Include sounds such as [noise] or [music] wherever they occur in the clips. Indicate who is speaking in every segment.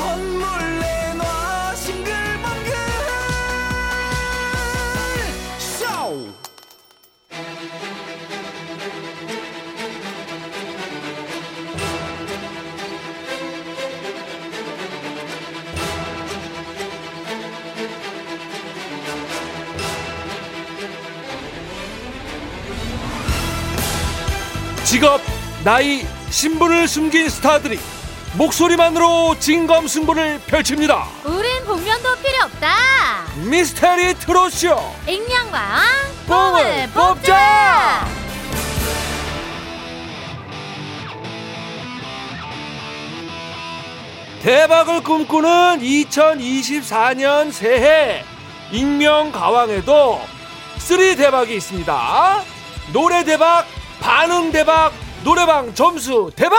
Speaker 1: 혼몰래 놔 싱글벙글 쇼
Speaker 2: 직업, 나이, 신분을 숨긴 스타들이 목소리만으로 진검승부를 펼칩니다.
Speaker 3: 우린 복면도 필요 없다.
Speaker 2: 미스테리 트롯쇼
Speaker 3: 익명왕
Speaker 2: 뽕을
Speaker 3: 뽕을
Speaker 2: 뽑자!
Speaker 3: 뽑자.
Speaker 2: 대박을 꿈꾸는 2024년 새해 익명 가왕에도 쓰리 대박이 있습니다. 노래 대박, 반응 대박, 노래방 점수 대박.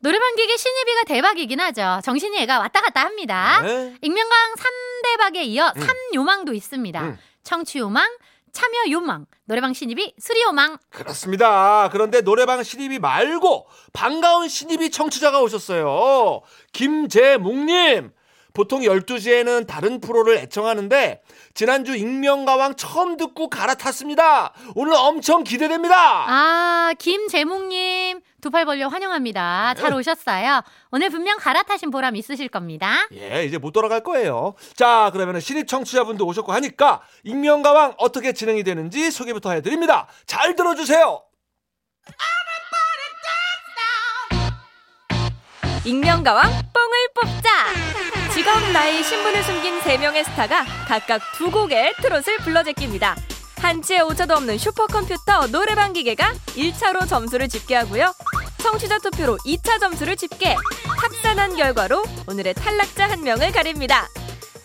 Speaker 3: 노래방 기계 신입이가 대박이긴 하죠. 정신이 애가 왔다 갔다 합니다.
Speaker 2: 네.
Speaker 3: 익명왕 삼대박에 이어 삼요망도 있습니다.
Speaker 2: 음.
Speaker 3: 청취요망, 참여요망, 노래방 신입이 수리요망.
Speaker 2: 그렇습니다. 그런데 노래방 신입이 말고 반가운 신입이 청취자가 오셨어요. 김재묵님. 보통 12시에는 다른 프로를 애청하는데 지난주 익명가왕 처음 듣고 갈아탔습니다. 오늘 엄청 기대됩니다.
Speaker 3: 아, 김재묵님. 두 팔 벌려 환영합니다.
Speaker 2: 네.
Speaker 3: 잘 오셨어요. 오늘 분명 갈아타신 보람 있으실 겁니다.
Speaker 2: 예, 이제 못 돌아갈 거예요. 자, 그러면 신입 청취자분도 오셨고 하니까 익명가왕 어떻게 진행이 되는지 소개부터 해드립니다. 잘 들어주세요.
Speaker 4: 익명가왕 뽕을 뽑자 직업 나이 신분을 숨긴 세명의 스타가 각각 두 곡의 트롯을 불러제낍니다 한치의 오차도 없는 슈퍼컴퓨터 노래방 기계가 1차로 점수를 집계하고요 청취자 투표로 2차 점수를 집계 합산한 결과로 오늘의 탈락자 한 명을 가립니다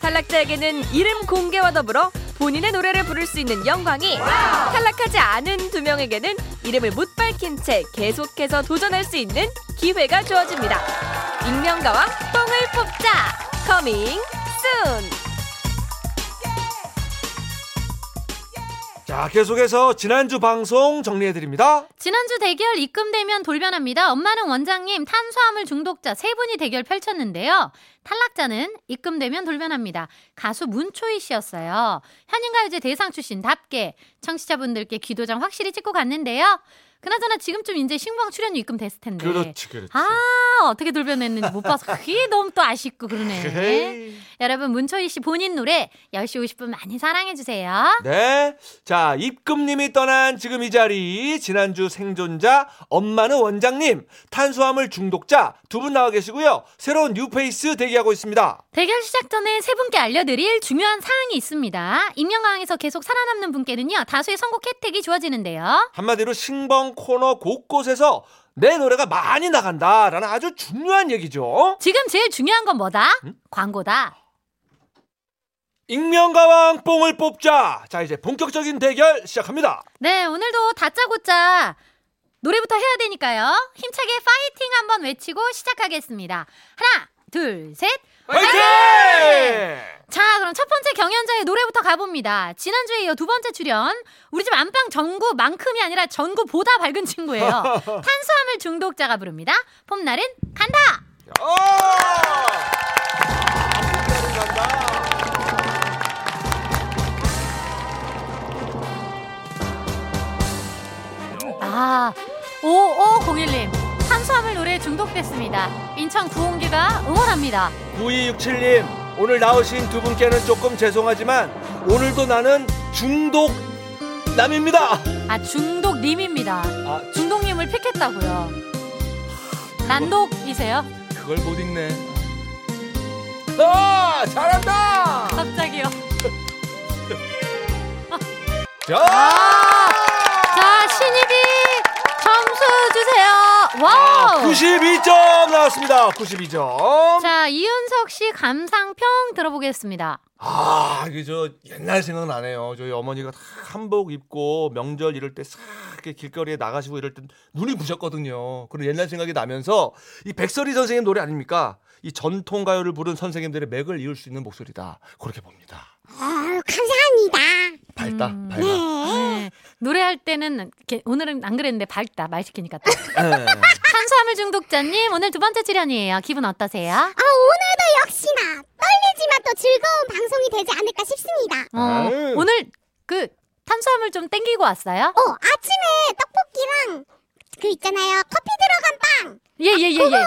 Speaker 4: 탈락자에게는 이름 공개와 더불어 본인의 노래를 부를 수 있는 영광이 탈락하지 않은 두 명에게는 이름을 못 밝힌 채 계속해서 도전할 수 있는 기회가 주어집니다. 익명가왕 뽕을 뽑자 커밍 순
Speaker 2: 자, 계속해서 지난주 방송 정리해드립니다.
Speaker 3: 지난주 대결 입금되면 돌변합니다. 엄마는 원장님, 탄수화물 중독자 세 분이 대결 펼쳤는데요. 탈락자는 입금되면 돌변합니다. 가수 문초희 씨였어요. 한인가요제 대상 출신답게 청취자분들께 기도장 확실히 찍고 갔는데요. 그나저나 지금쯤 이제 신봉 출연료 입금됐을 텐데.
Speaker 2: 그렇지.
Speaker 3: 아, 어떻게 돌변했는지 못 봐서 그게 너무 또 아쉽고
Speaker 2: [laughs]
Speaker 3: 그러네.
Speaker 2: 에이.
Speaker 3: 여러분, 문초희 씨 본인 노래 10시 50분 많이 사랑해주세요.
Speaker 2: 네. 자, 입금님이 떠난 지금 이 자리. 지난주 생존자, 엄마는 원장님, 탄수화물 중독자 두 분 나와 계시고요. 새로운 뉴페이스 대기하고 있습니다.
Speaker 3: 대결 시작 전에 세 분께 알려드릴 중요한 사항이 있습니다. 임명강에서 계속 살아남는 분께는요, 다수의 선곡 혜택이 주어지는데요.
Speaker 2: 한마디로 신봉 코너 곳곳에서 내 노래가 많이 나간다라는 아주 중요한 얘기죠.
Speaker 3: 지금 제일 중요한 건 뭐다? 광고다.
Speaker 2: 익명가왕 뽕을 뽑자. 자, 이제 본격적인 대결 시작합니다.
Speaker 3: 네, 오늘도 다짜고짜 노래부터 해야 되니까요. 힘차게 파이팅 한번 외치고 시작하겠습니다. 하나, 둘, 셋.
Speaker 2: 화이팅!
Speaker 3: 자, 그럼 첫 번째 경연자의 노래부터 가봅니다. 지난주에 이어 두 번째 출연, 우리 집 안방 전구만큼이 아니라 전구보다 밝은 친구예요. 탄수화물 중독자가 부릅니다. 봄날은 간다!
Speaker 2: 어!
Speaker 3: 아, 5501님. 탄수화물 노래에 중독됐습니다. 인천 구홍기가 응원합니다.
Speaker 2: 9267님 오늘 나오신 두 분께는 조금 죄송하지만 오늘도 나는 중독 남입니다.
Speaker 3: 아, 중독님입니다.
Speaker 2: 아
Speaker 3: 중독님을 픽했다고요. 난독이세요?
Speaker 2: 그걸 못 읽네. 아 잘한다.
Speaker 3: 갑자기요.
Speaker 2: 자.
Speaker 3: 자, 신입이 점수 주세요.
Speaker 2: 아,
Speaker 3: 와우!
Speaker 2: 그 92점 나왔습니다. 92점.
Speaker 3: 자, 이윤석 씨 감상평 들어보겠습니다.
Speaker 2: 아, 이게 저 옛날 생각나네요. 저희 어머니가 다 한복 입고 명절 이럴 때 싹 길거리에 나가시고 이럴 때 눈이 부셨거든요. 그런 옛날 생각이 나면서 이 백설이 선생님 노래 아닙니까? 이 전통 가요를 부른 선생님들의 맥을 이을 수 있는 목소리다. 그렇게 봅니다.
Speaker 5: 아유, 감사합니다.
Speaker 2: 밝다,
Speaker 3: 음.
Speaker 2: 밝아.
Speaker 3: 네, 노래할 때는 이렇게 오늘은 안 그랬는데 밝다 말 시키니까 또.
Speaker 2: 네.
Speaker 3: 탄수화물 중독자님 오늘 두 번째 출연이에요. 기분 어떠세요?
Speaker 5: 아, 오늘도 역시나 떨리지만 또 즐거운 방송이 되지 않을까 싶습니다.
Speaker 3: 어,
Speaker 2: 아유.
Speaker 3: 오늘 그 탄수화물 좀 땡기고 왔어요?
Speaker 5: 어, 아침에 떡볶이랑 그 있잖아요. 커피 들어간 빵.
Speaker 3: 예예예 예.
Speaker 5: 그거
Speaker 3: 예.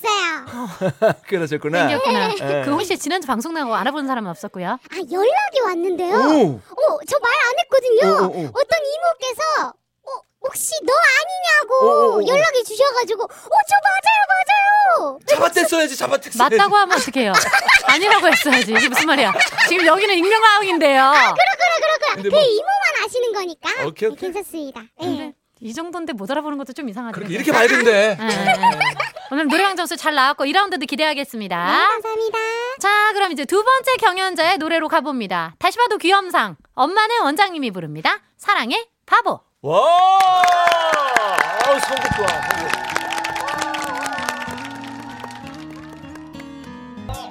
Speaker 5: 땡기고 왔어요.
Speaker 2: 그러셨구나.
Speaker 3: 땡겼구나.
Speaker 2: 예.
Speaker 3: 그 혹시 지난주 방송 나고 알아본 사람은 없었고요.
Speaker 5: 아, 연락이 왔는데요.
Speaker 2: 오.
Speaker 5: 어, 저 말 안 했거든요.
Speaker 2: 오, 오, 오.
Speaker 5: 어떤 이모께서 어, 혹시 너
Speaker 2: 오, 오,
Speaker 5: 아니냐고
Speaker 2: 오, 오.
Speaker 5: 연락이 주셔가지고 어, 저 맞아요, 맞아요.
Speaker 2: 잡아댔어야지, 잡아댔어야지.
Speaker 3: 맞다고 하면 어떡해요? 아니라고 했어야지. 이게 무슨 말이야? 지금 여기는 익명화학인데요.
Speaker 2: 근데
Speaker 5: 그
Speaker 2: 뭐-
Speaker 5: 이모만 아시는 거니까
Speaker 2: 오케이, 오케이.
Speaker 5: 네,
Speaker 2: 음.
Speaker 5: 괜찮습니다. 예.
Speaker 3: 근데 이 정도인데 못 알아보는 것도 좀 이상하죠.
Speaker 2: 그렇게 이렇게 밝은데.
Speaker 3: 예, 예, 예. 오늘 노래방 점수 잘 나왔고 2라운드도 기대하겠습니다.
Speaker 5: 너무 감사합니다.
Speaker 3: 자, 그럼 이제 두 번째 경연자의 노래로 가봅니다. 다시 봐도 귀염상. 엄마는 원장님이 부릅니다. 사랑해, 바보.
Speaker 2: 와. 아우, 성격 좋아. 성격.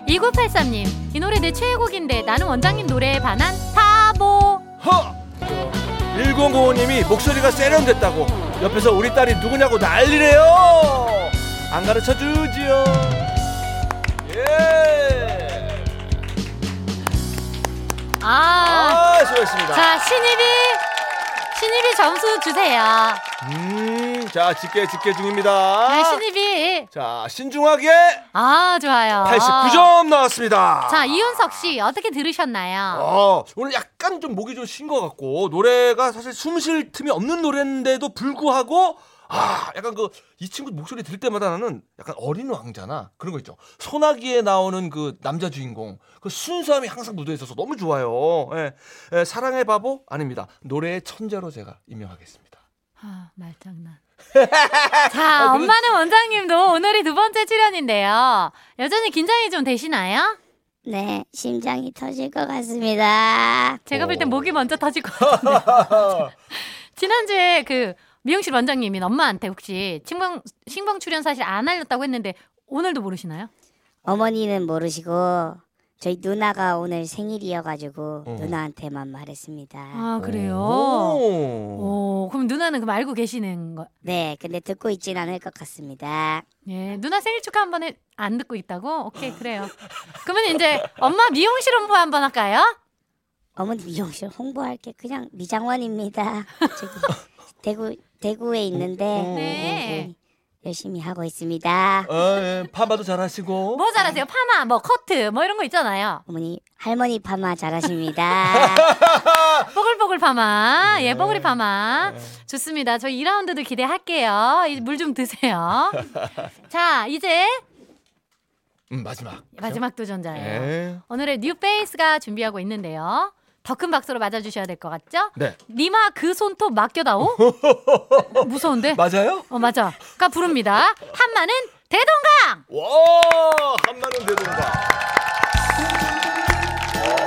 Speaker 3: 2983님, 이 노래 내 최애곡인데 나는 원장님 노래에 반한 바보.
Speaker 2: 허. 1005님이 목소리가 세련됐다고 옆에서 우리 딸이 누구냐고 난리래요. 안 가르쳐 주지요. 예.
Speaker 3: 아.
Speaker 2: 아, 수고했습니다.
Speaker 3: 자, 신입이, 신입이 점수 주세요.
Speaker 2: 음, 자, 집계 집계 중입니다.
Speaker 3: 네, 신입이.
Speaker 2: 자, 신중하게
Speaker 3: 아, 좋아요.
Speaker 2: 89점 나왔습니다.
Speaker 3: 자, 이윤석 씨, 어떻게 들으셨나요?
Speaker 2: 어, 오늘 약간 좀 목이 좀 쉰 것 같고 노래가 사실 숨 쉴 틈이 없는 노래인데도 불구하고 아, 약간 그 이 친구 목소리 들을 때마다 나는 약간 어린 왕자나 그런 거 있죠. 소나기에 나오는 그 남자 주인공 그 순수함이 항상 묻어 있어서 너무 좋아요. 예, 예, 사랑의 바보 아닙니다. 노래의 천재로 제가 임명하겠습니다.
Speaker 3: 아, 말장난.
Speaker 2: 아,
Speaker 3: 자, 엄마는 원장님도 오늘이 두 번째 출연인데요. 여전히 긴장이 좀 되시나요?
Speaker 5: 네, 심장이 터질 것 같습니다.
Speaker 3: 제가 볼 땐
Speaker 2: 오.
Speaker 3: 목이 먼저 터질 것 같은데. 지난주에 그 미용실 원장님인 엄마한테 혹시 신방, 신방 출연 사실 안 알렸다고 했는데 오늘도 모르시나요?
Speaker 6: 어머니는 모르시고 저희 누나가 오늘 생일이어가지고
Speaker 2: 어.
Speaker 6: 누나한테만 말했습니다.
Speaker 3: 아, 그래요?
Speaker 2: 오.
Speaker 3: 오, 그럼 누나는 그럼 알고 계시는 거.
Speaker 6: 네, 근데 듣고 있진 않을 것 같습니다.
Speaker 3: 예, 누나 생일 축하 한 번에 안 듣고 있다고? 오케이, 그래요. 그러면 이제 엄마 미용실 홍보 한 번 할까요?
Speaker 6: 어머니 미용실 홍보할 게 그냥
Speaker 3: [laughs]
Speaker 6: 미장원입니다. 저기 대구 대구에 있는데
Speaker 2: 어, 어,
Speaker 3: 네.
Speaker 6: 열심히 하고 있습니다.
Speaker 2: 아, 예, 파마도 잘하시고.
Speaker 3: 뭐 잘하세요? 파마, 뭐 커트, 뭐 이런 거 있잖아요.
Speaker 6: 어머니 할머니 파마 잘하십니다.
Speaker 3: [laughs] 뽀글뽀글 파마. 예,
Speaker 2: 네.
Speaker 3: 뽀글이 파마.
Speaker 2: 네.
Speaker 3: 좋습니다. 저희 2라운드도 기대할게요. 물 좀
Speaker 2: [laughs]
Speaker 3: 드세요. 자, 이제
Speaker 2: 음, 마지막.
Speaker 3: 마지막 도전자예요.
Speaker 2: 예.
Speaker 3: 오늘의 뉴페이스가 준비하고 있는데요. 더 큰 박수로 맞아주셔야 될 것 같죠?
Speaker 2: 네.
Speaker 3: 니마 그 손톱 맡겨다오?
Speaker 2: [laughs]
Speaker 3: 무서운데?
Speaker 2: 맞아요?
Speaker 3: 어, 맞아. 가 부릅니다. 한마는 대동강!
Speaker 2: 와, 한마는 되는가.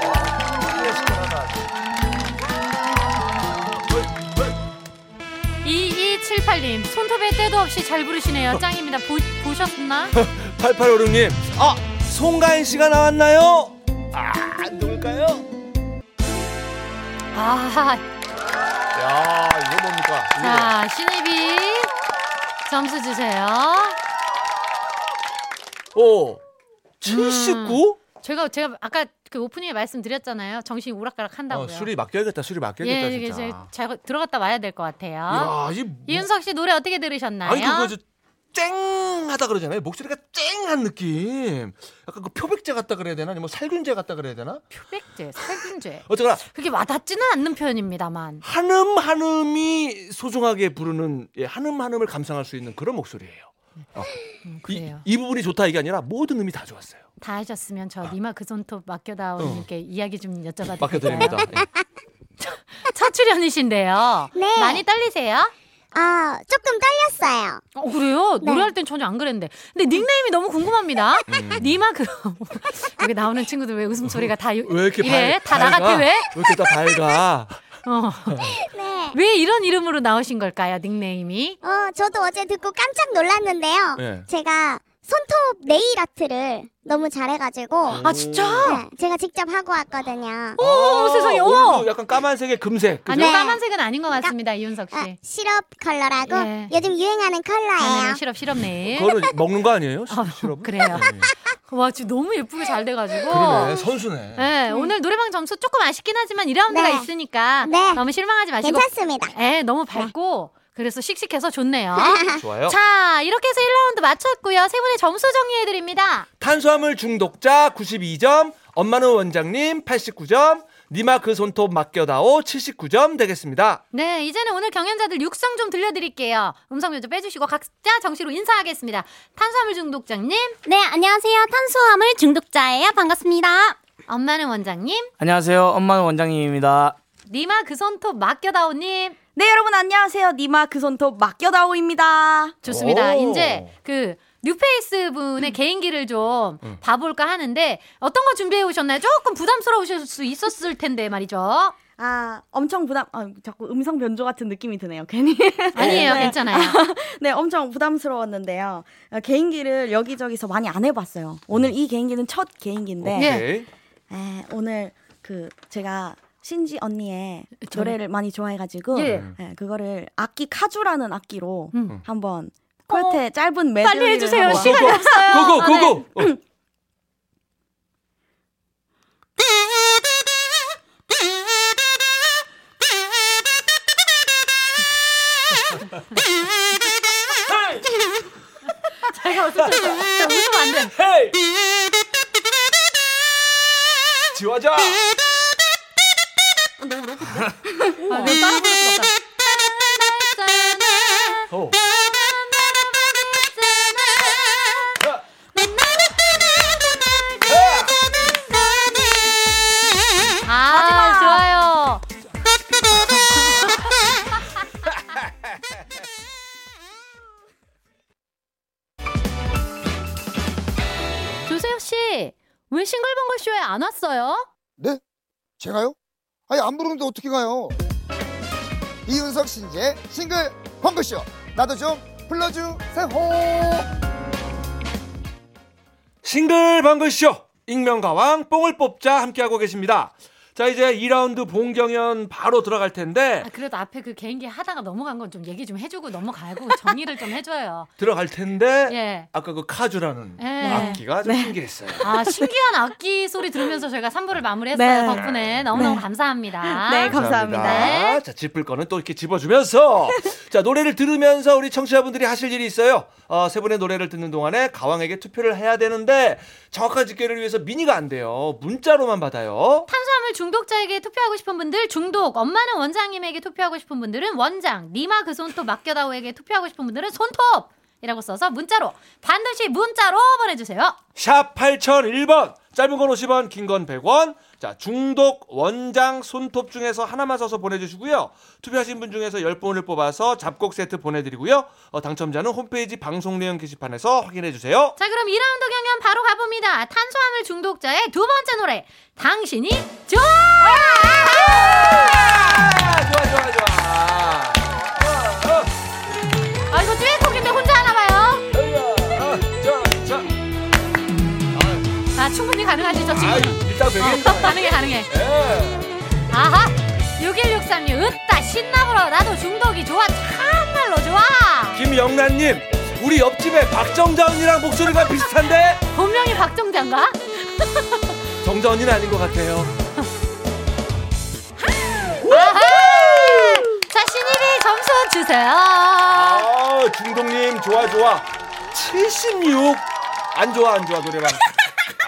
Speaker 2: 와,
Speaker 3: 2278님, 손톱에 때도 없이 잘 부르시네요. 짱입니다. 보,
Speaker 2: [laughs]
Speaker 3: 보셨나?
Speaker 2: 8856님, 아, 송가인 씨가 나왔나요? 아, 누굴까요?
Speaker 3: 아,
Speaker 2: 야, 이게 뭡니까?
Speaker 3: 자, 신입이 점수 주세요.
Speaker 2: 오,
Speaker 3: 음.
Speaker 2: 79?
Speaker 3: 제가, 제가 아까 그 오프닝에 말씀드렸잖아요. 정신이 오락가락 한다고요.
Speaker 2: 어, 술이 맡겨야겠다, 술이 맡겨야겠다,
Speaker 3: 예, 이게
Speaker 2: 진짜.
Speaker 3: 제- 잘 들어갔다 와야 될 것 같아요.
Speaker 2: 야, 이. 뭐-
Speaker 3: 이윤석 씨 노래 어떻게 들으셨나요?
Speaker 2: 아니, 그거 저 쨍하다 그러잖아요. 목소리가 쨍한 느낌. 약간 그 표백제 같다 그래야 되나? 아니면 뭐 살균제 같다 그래야 되나?
Speaker 3: 표백제, 살균제.
Speaker 2: 어쨌거나
Speaker 3: 그게 와닿지는 않는 표현입니다만.
Speaker 2: 한음 한음이 소중하게 부르는 예, 한음 한음을 감상할 수 있는 그런 목소리예요. 어.
Speaker 3: 음,
Speaker 2: 이,
Speaker 3: 그래요.
Speaker 2: 이 부분이 좋다 이게 아니라 모든 음이 다 좋았어요.
Speaker 3: 다 하셨으면 저 니마 그 손톱 맡겨다오님께 이야기 좀 여쭤봐도
Speaker 2: 어. 맡겨드립니다. 네.
Speaker 3: 될까요? [laughs] 첫 출연이신데요.
Speaker 5: 네.
Speaker 3: 많이 떨리세요?
Speaker 5: 어, 조금 떨렸어요.
Speaker 3: 어, 그래요?
Speaker 5: 네.
Speaker 3: 노래할 땐 전혀 안 그랬는데. 근데
Speaker 2: 음.
Speaker 3: 닉네임이 너무 궁금합니다. 니마 그 여기 나오는 친구들 왜 웃음소리가 다 요-
Speaker 2: 왜 이렇게
Speaker 3: 이래?
Speaker 2: 밝-
Speaker 3: 예, 다
Speaker 2: 밝아?
Speaker 3: 나갔대 왜?
Speaker 2: 이렇게 다
Speaker 3: [laughs]
Speaker 2: 밝아? [laughs]
Speaker 3: 어.
Speaker 5: 네.
Speaker 3: 왜 이런 이름으로 나오신 걸까요? 닉네임이?
Speaker 5: 어, 저도 어제 듣고 깜짝 놀랐는데요.
Speaker 2: 예.
Speaker 5: 제가 손톱 네일 아트를 너무 잘해가지고
Speaker 3: 아 진짜?
Speaker 5: 네, 제가 직접 하고 왔거든요.
Speaker 3: 어?
Speaker 2: 오
Speaker 3: 세상에,
Speaker 2: 오늘도
Speaker 3: 어.
Speaker 2: 약간 까만색에 금색. 그죠?
Speaker 3: 아니
Speaker 5: 네.
Speaker 3: 까만색은 아닌 것 같습니다 이윤석 씨.
Speaker 5: 아, 시럽 컬러라고
Speaker 3: 예.
Speaker 5: 요즘 유행하는 컬러예요.
Speaker 3: 아, 시럽 시럽 네일.
Speaker 2: 그거를 먹는 거 아니에요?
Speaker 3: 어,
Speaker 2: 시럽? 네.
Speaker 3: 그래요. 와 지금 너무 예쁘게 잘 돼가지고.
Speaker 2: 그러네. 선수네.
Speaker 3: 네, 오늘 노래방 점수 조금 아쉽긴 하지만 2라운드가
Speaker 5: 네.
Speaker 3: 있으니까
Speaker 5: 네.
Speaker 3: 너무 실망하지 마시고
Speaker 5: 괜찮습니다.
Speaker 3: 에 예, 너무 밝고 그래서 씩씩해서 좋네요.
Speaker 2: 좋아요.
Speaker 3: 자, 이렇게 해서 1라운드 마쳤고요. 세 분의 점수 정리해 드립니다.
Speaker 2: 탄수화물 중독자 92점, 엄마는 원장님 89점, 니마 그 손톱 맡겨다오 79점 되겠습니다.
Speaker 3: 네, 이제는 오늘 경연자들 육성 좀 들려드릴게요. 음성 변조 빼주시고 각자 정시로 인사하겠습니다. 탄수화물 중독자님,
Speaker 5: 네, 안녕하세요. 탄수화물 중독자예요. 반갑습니다.
Speaker 3: 엄마는 원장님,
Speaker 7: 안녕하세요. 엄마는 원장님입니다.
Speaker 3: 니마 그 손톱 맡겨다오님.
Speaker 4: 네 여러분 안녕하세요. 니마 그 손톱 맡겨다오입니다.
Speaker 3: 좋습니다.
Speaker 2: 오.
Speaker 3: 이제 그 뉴페이스 분의 개인기를 좀 봐볼까 하는데 어떤 거 준비해 오셨나요? 조금 부담스러우실 수 있었을 텐데 말이죠.
Speaker 8: 아, 엄청 부담, 아, 자꾸 음성 변조 같은 느낌이 드네요, 괜히.
Speaker 3: [laughs] 아니에요,
Speaker 8: 네.
Speaker 3: 괜찮아요.
Speaker 8: 네, 엄청 부담스러웠는데요. 어, 개인기를 여기저기서 많이 안 해봤어요. 오늘 이 개인기는 첫 개인기인데,
Speaker 3: 예.
Speaker 2: 오케이.
Speaker 8: 에, 오늘 그 제가 신지 언니의
Speaker 3: 저요?
Speaker 8: 노래를 많이 좋아해가지고,
Speaker 3: 예.
Speaker 8: 에, 그거를 악기 카주라는 악기로
Speaker 3: 음. 어,
Speaker 8: 한번 콜테 짧은 메들리를
Speaker 3: 빨리 해주세요.
Speaker 8: 한번-
Speaker 3: 시간이 없어요.
Speaker 2: 고고
Speaker 3: 아, 네.
Speaker 2: 고고. 어, 어.
Speaker 3: [laughs] 제가 어쩔 수 없어요. 웃으면 안 돼.
Speaker 2: 헤이. 지화자.
Speaker 3: 아, 왜 따라 부를 수가 없다.
Speaker 2: 어. 자.
Speaker 3: 아, 좋아요. [laughs] 조세호 씨, 왜 싱글벙글 쇼에 안 왔어요?
Speaker 9: 제가요? 아니 안 부르는데 어떻게 가요? 이윤석 신재 싱글 펑크쇼 나도 좀 불러주세요.
Speaker 2: 싱글 방글쇼 익명가왕 뽕을 뽑자 함께하고 계십니다. 자 이제 2라운드 본경연 바로 들어갈 텐데
Speaker 3: 아, 그래도 앞에 그 개인기 하다가 넘어간 건 좀 얘기 좀 해주고 넘어가고 정리를 좀 해줘요.
Speaker 2: 들어갈 텐데
Speaker 3: 예.
Speaker 2: 아까 그 카주라는
Speaker 3: 예.
Speaker 2: 악기가 좀 신기했어요.
Speaker 3: 아, 신기한 악기 소리 들으면서 저희가 3부를 마무리했어요.
Speaker 8: 네.
Speaker 3: 덕분에 너무너무 [laughs] 감사합니다.
Speaker 8: 네, 감사합니다.
Speaker 3: 네.
Speaker 2: 자, 짚을 거는 또 이렇게 집어주면서
Speaker 3: [laughs]
Speaker 2: 자, 노래를 들으면서 우리 청취자분들이 하실 일이 있어요. 어, 세 분의 노래를 듣는 동안에 가왕에게 투표를 해야 되는데 정확한 집계를 위해서 미니가 안 돼요. 문자로만 받아요.
Speaker 3: 탄수화물 중독자에게 투표하고 싶은 분들 중독, 엄마는 원장님에게 투표하고 싶은 분들은 원장, 니마 그 손톱 맡겨다오에게 투표하고 싶은 분들은 손톱! 이라고 써서 문자로 반드시 문자로 보내주세요.
Speaker 2: 샵 8001번. 짧은 건 50원, 긴 건 100원. 자, 중독, 원장, 손톱 중에서 하나만 써서 보내주시고요. 투표하신 분 중에서 10분을 뽑아서 잡곡 세트 보내드리고요. 어, 당첨자는 홈페이지 방송 내용 게시판에서 확인해주세요.
Speaker 3: 자, 그럼 2라운드 경연 바로 가봅니다. 탄수화물 중독자의 두 번째 노래, 당신이 좋아!
Speaker 2: 좋아, 좋아, 좋아.
Speaker 3: 아, 이거 듀엣곡인데 혼자 하나 봐요. 아, 충분히 가능하시죠,
Speaker 2: 아,
Speaker 3: 지금?
Speaker 2: 예. 그러니까.
Speaker 3: 어, 가능해, 가능해. 아하! 6163님, 으따, 신나불어. 나도 중독이 좋아. 참말로 좋아.
Speaker 2: 김영란님, 우리 옆집에 박정자 언니랑 목소리가 비슷한데
Speaker 3: 분명히 박정자인가?
Speaker 2: 정자 언니는 아닌 것 같아요.
Speaker 3: 아하! 자, 신일이 점수 주세요.
Speaker 2: 아, 중동님 좋아 좋아. 76. 안 좋아 안 좋아 노래방. [laughs]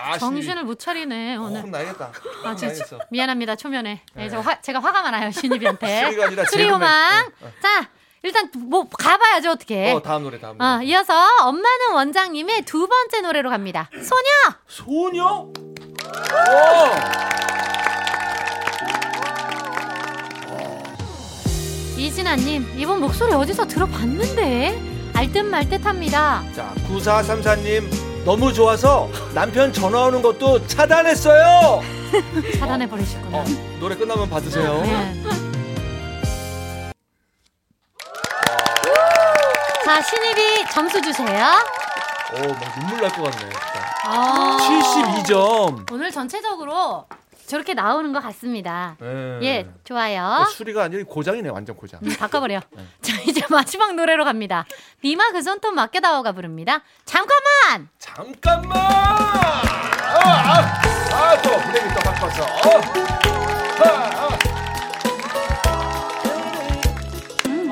Speaker 2: 아,
Speaker 3: 정신을 못 차리네, 오늘.
Speaker 2: 혼 나겠다.
Speaker 3: 아, 진짜.
Speaker 2: 혼나겠어.
Speaker 3: 미안합니다, 초면에. 네, 저 화, 제가 화가 많아요, 신입이한테.
Speaker 2: 수리가 예. 아니라
Speaker 3: 수리호망. 자, 일단 뭐 가봐야죠, 어떻게.
Speaker 2: 어 다음 노래 다음 노래.
Speaker 3: 어, 이어서 엄마는 원장님의 두 번째 노래로 갑니다. 소녀!
Speaker 2: 소녀? 오!
Speaker 3: 이진아님, 이번 목소리 어디서 들어봤는데? 알듯말듯합니다.
Speaker 2: 자 9434님 너무 좋아서 남편 전화 오는 것도 차단했어요.
Speaker 3: 차단해 버리시구나.
Speaker 2: 어, 노래 끝나면 받으세요.
Speaker 3: 네. 자, 신입이 점수 주세요.
Speaker 2: 오, 막 눈물 날 것 같네. 진짜.
Speaker 3: 아.
Speaker 2: 72점.
Speaker 3: 오늘 전체적으로 저렇게 나오는 것 같습니다.
Speaker 2: 예.
Speaker 3: 예, 좋아요.
Speaker 2: 어, 수리가 아니라 고장이네, 네. 완전 고장.
Speaker 3: 음,
Speaker 2: [laughs]
Speaker 3: 바꿔버려. 자, 이제 마지막 노래로 갑니다. 니마 그 손톱 맡겨다오가 부릅니다. 잠깐만!
Speaker 2: 잠깐만! 아, 아, 아, 또 브레이크 또 바꿨어. 어. 아, 아.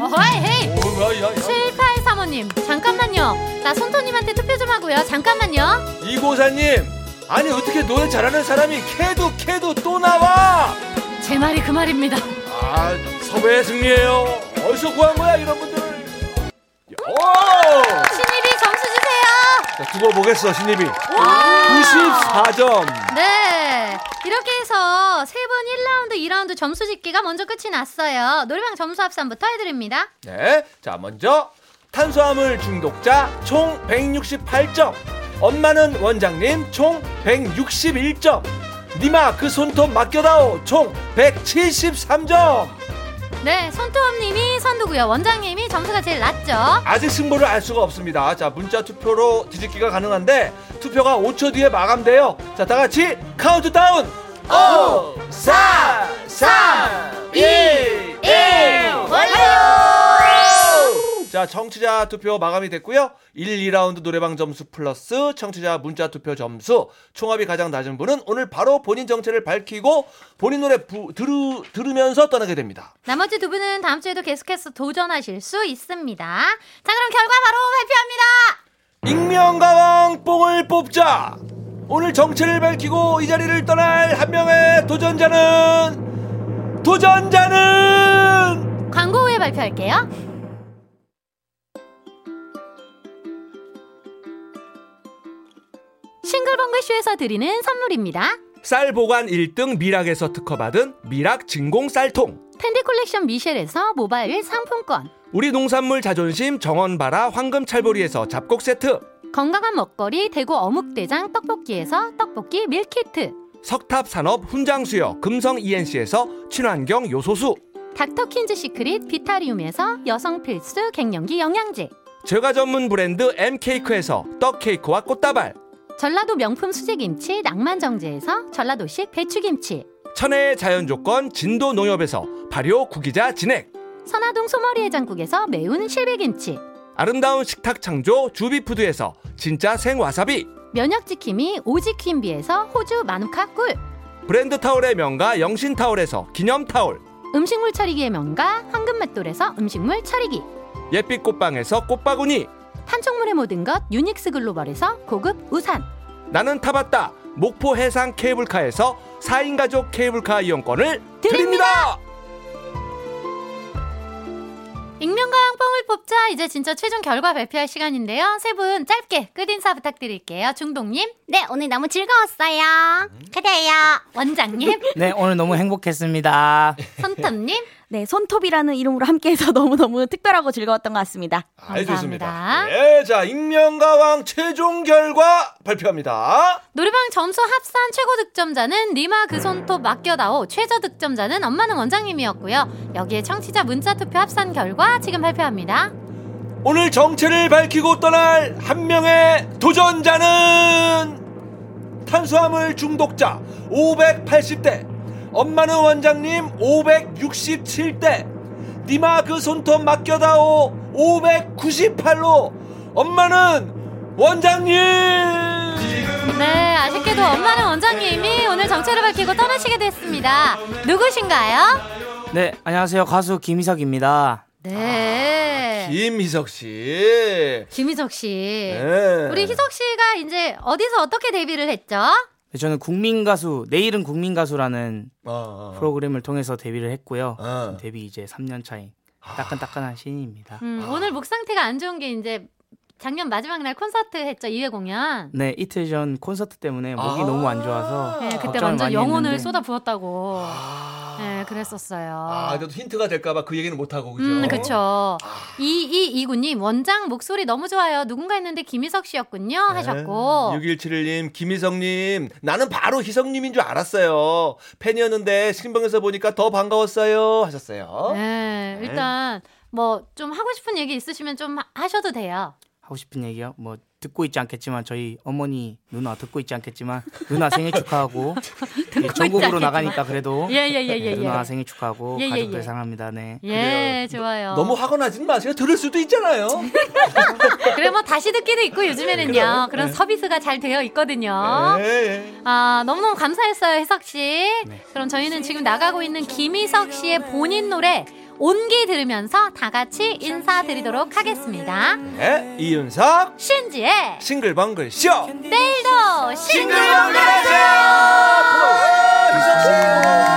Speaker 3: 어허이, 헤이!
Speaker 2: 오, 야, 야, 야.
Speaker 3: 7835님, 잠깐만요. 나 손톱님한테 투표 좀 하고요. 잠깐만요.
Speaker 2: 이고사님, 아니 어떻게 노래 잘하는 사람이 캐도 캐도 또 나와?
Speaker 3: 제 말이 그 말입니다.
Speaker 2: 아, 섭외 승리예요. 어디서 구한 거야 이런 분들? 오!
Speaker 3: 신입이 점수 주세요!
Speaker 2: 자, 두고 보겠어 신입이. 94점.
Speaker 3: 네. 이렇게 해서 세 분 1라운드, 2라운드 점수 짓기가 먼저 끝이 났어요. 노래방 점수 합산부터 해드립니다.
Speaker 2: 네, 자 먼저 탄수화물 중독자 총 168점. 엄마는 원장님 총 161점. 니마 그 손톱 맡겨다오 총 173점.
Speaker 3: 네, 손톱님이 선두고요. 원장님이 점수가 제일 낮죠.
Speaker 2: 아직 승부를 알 수가 없습니다. 자, 문자 투표로 뒤집기가 가능한데 투표가 5초 뒤에 마감돼요. 자, 다 같이 카운트다운. 5 4 3 2 1 완료! 자, 청취자 투표 마감이 됐고요. 1, 2라운드 노래방 점수 플러스 청취자 문자 투표 점수 총합이 가장 낮은 분은 오늘 바로 본인 정체를 밝히고 본인 노래 부, 들으, 들으면서 떠나게 됩니다.
Speaker 3: 나머지 두 분은 다음 주에도 계속해서 도전하실 수 있습니다. 자, 그럼 결과 바로 발표합니다.
Speaker 2: 익명가왕 뽕을 뽑자 오늘 정체를 밝히고 이 자리를 떠날 한 명의 도전자는 도전자는
Speaker 3: 광고 후에 발표할게요. 싱글벙글쇼에서 드리는 선물입니다.
Speaker 2: 쌀 보관 1등 미락에서 특허받은 미락 진공 쌀통
Speaker 3: 팬디 콜렉션 미셸에서 모바일 상품권.
Speaker 2: 우리 농산물 자존심 정원바라 황금 찰보리에서 잡곡 세트
Speaker 3: 건강한 먹거리 대구 어묵대장 떡볶이에서 떡볶이 밀키트.
Speaker 2: 석탑 산업 훈장 수여 금성 ENC에서 친환경 요소수
Speaker 3: 닥터킨즈 시크릿 비타리움에서 여성 필수 갱년기 영양제.
Speaker 2: 제과 전문 브랜드 M 케이크에서 떡 케이크와 꽃다발
Speaker 3: 전라도 명품 수제김치 낭만정제에서 전라도식 배추김치
Speaker 2: 천혜의 자연 조건 진도 농협에서 발효 구기자 진액
Speaker 3: 선화동 소머리 해장국에서 매운 실비김치
Speaker 2: 아름다운 식탁 창조 주비푸드에서 진짜 생와사비
Speaker 3: 면역지킴이 오지퀸비에서 호주 마누카 꿀
Speaker 2: 브랜드 타올의 명가 영신타올에서 기념타올
Speaker 3: 음식물 처리기의 명가 황금맷돌에서 음식물 처리기
Speaker 2: 예빛 꽃방에서 꽃바구니
Speaker 3: 판촉물의 모든 것 유닉스 글로벌에서 고급 우산
Speaker 2: 나는 타봤다 목포 해상 케이블카에서 4인 가족 케이블카 이용권을
Speaker 3: 드립니다.
Speaker 2: 드립니다
Speaker 3: 익명과 항뽕을 뽑자 이제 진짜 최종 결과 발표할 시간인데요 세 분 짧게 끝인사 부탁드릴게요 중동님
Speaker 5: 네, 오늘 너무 즐거웠어요.
Speaker 3: 음.
Speaker 5: 그래요.
Speaker 3: [laughs] 원장님
Speaker 7: 네, 오늘 너무 행복했습니다.
Speaker 3: 선탑님
Speaker 8: 네, 손톱이라는 이름으로 함께해서 [laughs] 너무너무 특별하고 즐거웠던 것 같습니다.
Speaker 3: 감사합니다. 아, 좋습니다.
Speaker 2: 예자 익명가왕 최종 결과 발표합니다
Speaker 3: 노래방 점수 합산 최고 득점자는 니마 그 손톱 맡겨다오 최저 득점자는 엄마는 원장님이었고요. 여기에 청취자 문자 투표 합산 결과 지금 발표합니다.
Speaker 2: 오늘 정체를 밝히고 떠날 한 명의 도전자는 탄수화물 중독자 580대, 엄마는 원장님 567대, 니마 그 손톱 맡겨다오 598로 엄마는 원장님!
Speaker 3: 네, 아쉽게도 엄마는 원장님이 오늘 정체를 밝히고 떠나시게 됐습니다. 누구신가요?
Speaker 7: 네, 안녕하세요. 가수 김희석입니다.
Speaker 3: 네.
Speaker 2: 김희석 씨.
Speaker 3: 김희석 씨.
Speaker 2: 네.
Speaker 3: 우리 희석 씨가 이제 어디서 어떻게 데뷔를 했죠?
Speaker 7: 네, 저는 국민가수, 내일은 국민가수라는
Speaker 2: 어, 어.
Speaker 7: 프로그램을 통해서 데뷔를 했고요.
Speaker 2: 어.
Speaker 7: 데뷔 이제 3년 차인 따끈따끈한 신인입니다.
Speaker 3: 음, 오늘 목 상태가 안 좋은 게 이제 작년 마지막 날 콘서트 했죠. 2회 공연.
Speaker 7: 네, 이틀 전 콘서트 때문에 목이 너무 안 좋아서
Speaker 3: 네, 그때
Speaker 7: 걱정을
Speaker 3: 완전
Speaker 7: 많이
Speaker 3: 영혼을
Speaker 7: 했는데. 아.
Speaker 3: 쏟아 부었다고. 네, 그랬었어요.
Speaker 2: 아, 그래도 힌트가 될까봐 그 얘기는 못하고, 그죠?
Speaker 3: 음, 그쵸.
Speaker 7: 아.
Speaker 3: 2229님, 원장 목소리 너무 좋아요. 누군가 했는데 김희석 씨였군요.
Speaker 7: 네.
Speaker 3: 하셨고.
Speaker 2: 6171님, 김희성님, 나는 바로 희성님인 줄 알았어요. 팬이었는데 신방에서 보니까 더 반가웠어요. 하셨어요.
Speaker 7: 네.
Speaker 3: 네, 일단 뭐 좀 하고 싶은 얘기 있으시면 좀 하- 하셔도 돼요.
Speaker 7: 하고 싶은 얘기요? 뭐 듣고 있지 않겠지만 저희 어머니 누나 듣고 있지 않겠지만 누나 생일
Speaker 3: [laughs]
Speaker 7: 축하하고 예,
Speaker 3: 뭐 있지
Speaker 7: 전국으로
Speaker 3: 않겠지만.
Speaker 7: 나가니까 그래도 네,
Speaker 3: 예, 예, 예, 예,
Speaker 7: 누나
Speaker 3: 예.
Speaker 7: 생일 축하하고
Speaker 3: 예, 예,
Speaker 7: 가족들
Speaker 3: 예.
Speaker 7: 사랑합니다. 네.
Speaker 3: 예, 좋아요.
Speaker 2: 너무 하거나진 마세요. 들을 수도 있잖아요.
Speaker 3: 네. 그래 뭐 다시 듣기도 있고 요즘에는요. 그런 서비스가 잘 되어 있거든요.
Speaker 2: 예, 예.
Speaker 3: 아, 너무너무 감사했어요, 혜석 씨. 그럼 저희는 지금 나가고 있는 김희석 씨의 본인 노래 온기 들으면서 다 같이 인사드리도록 하겠습니다.
Speaker 2: 네, 이윤석
Speaker 3: 신지의
Speaker 2: 싱글벙글 쇼.
Speaker 3: 내일도 싱글
Speaker 2: 싱글벙글 하세요. 고마워요, 이윤석 씨.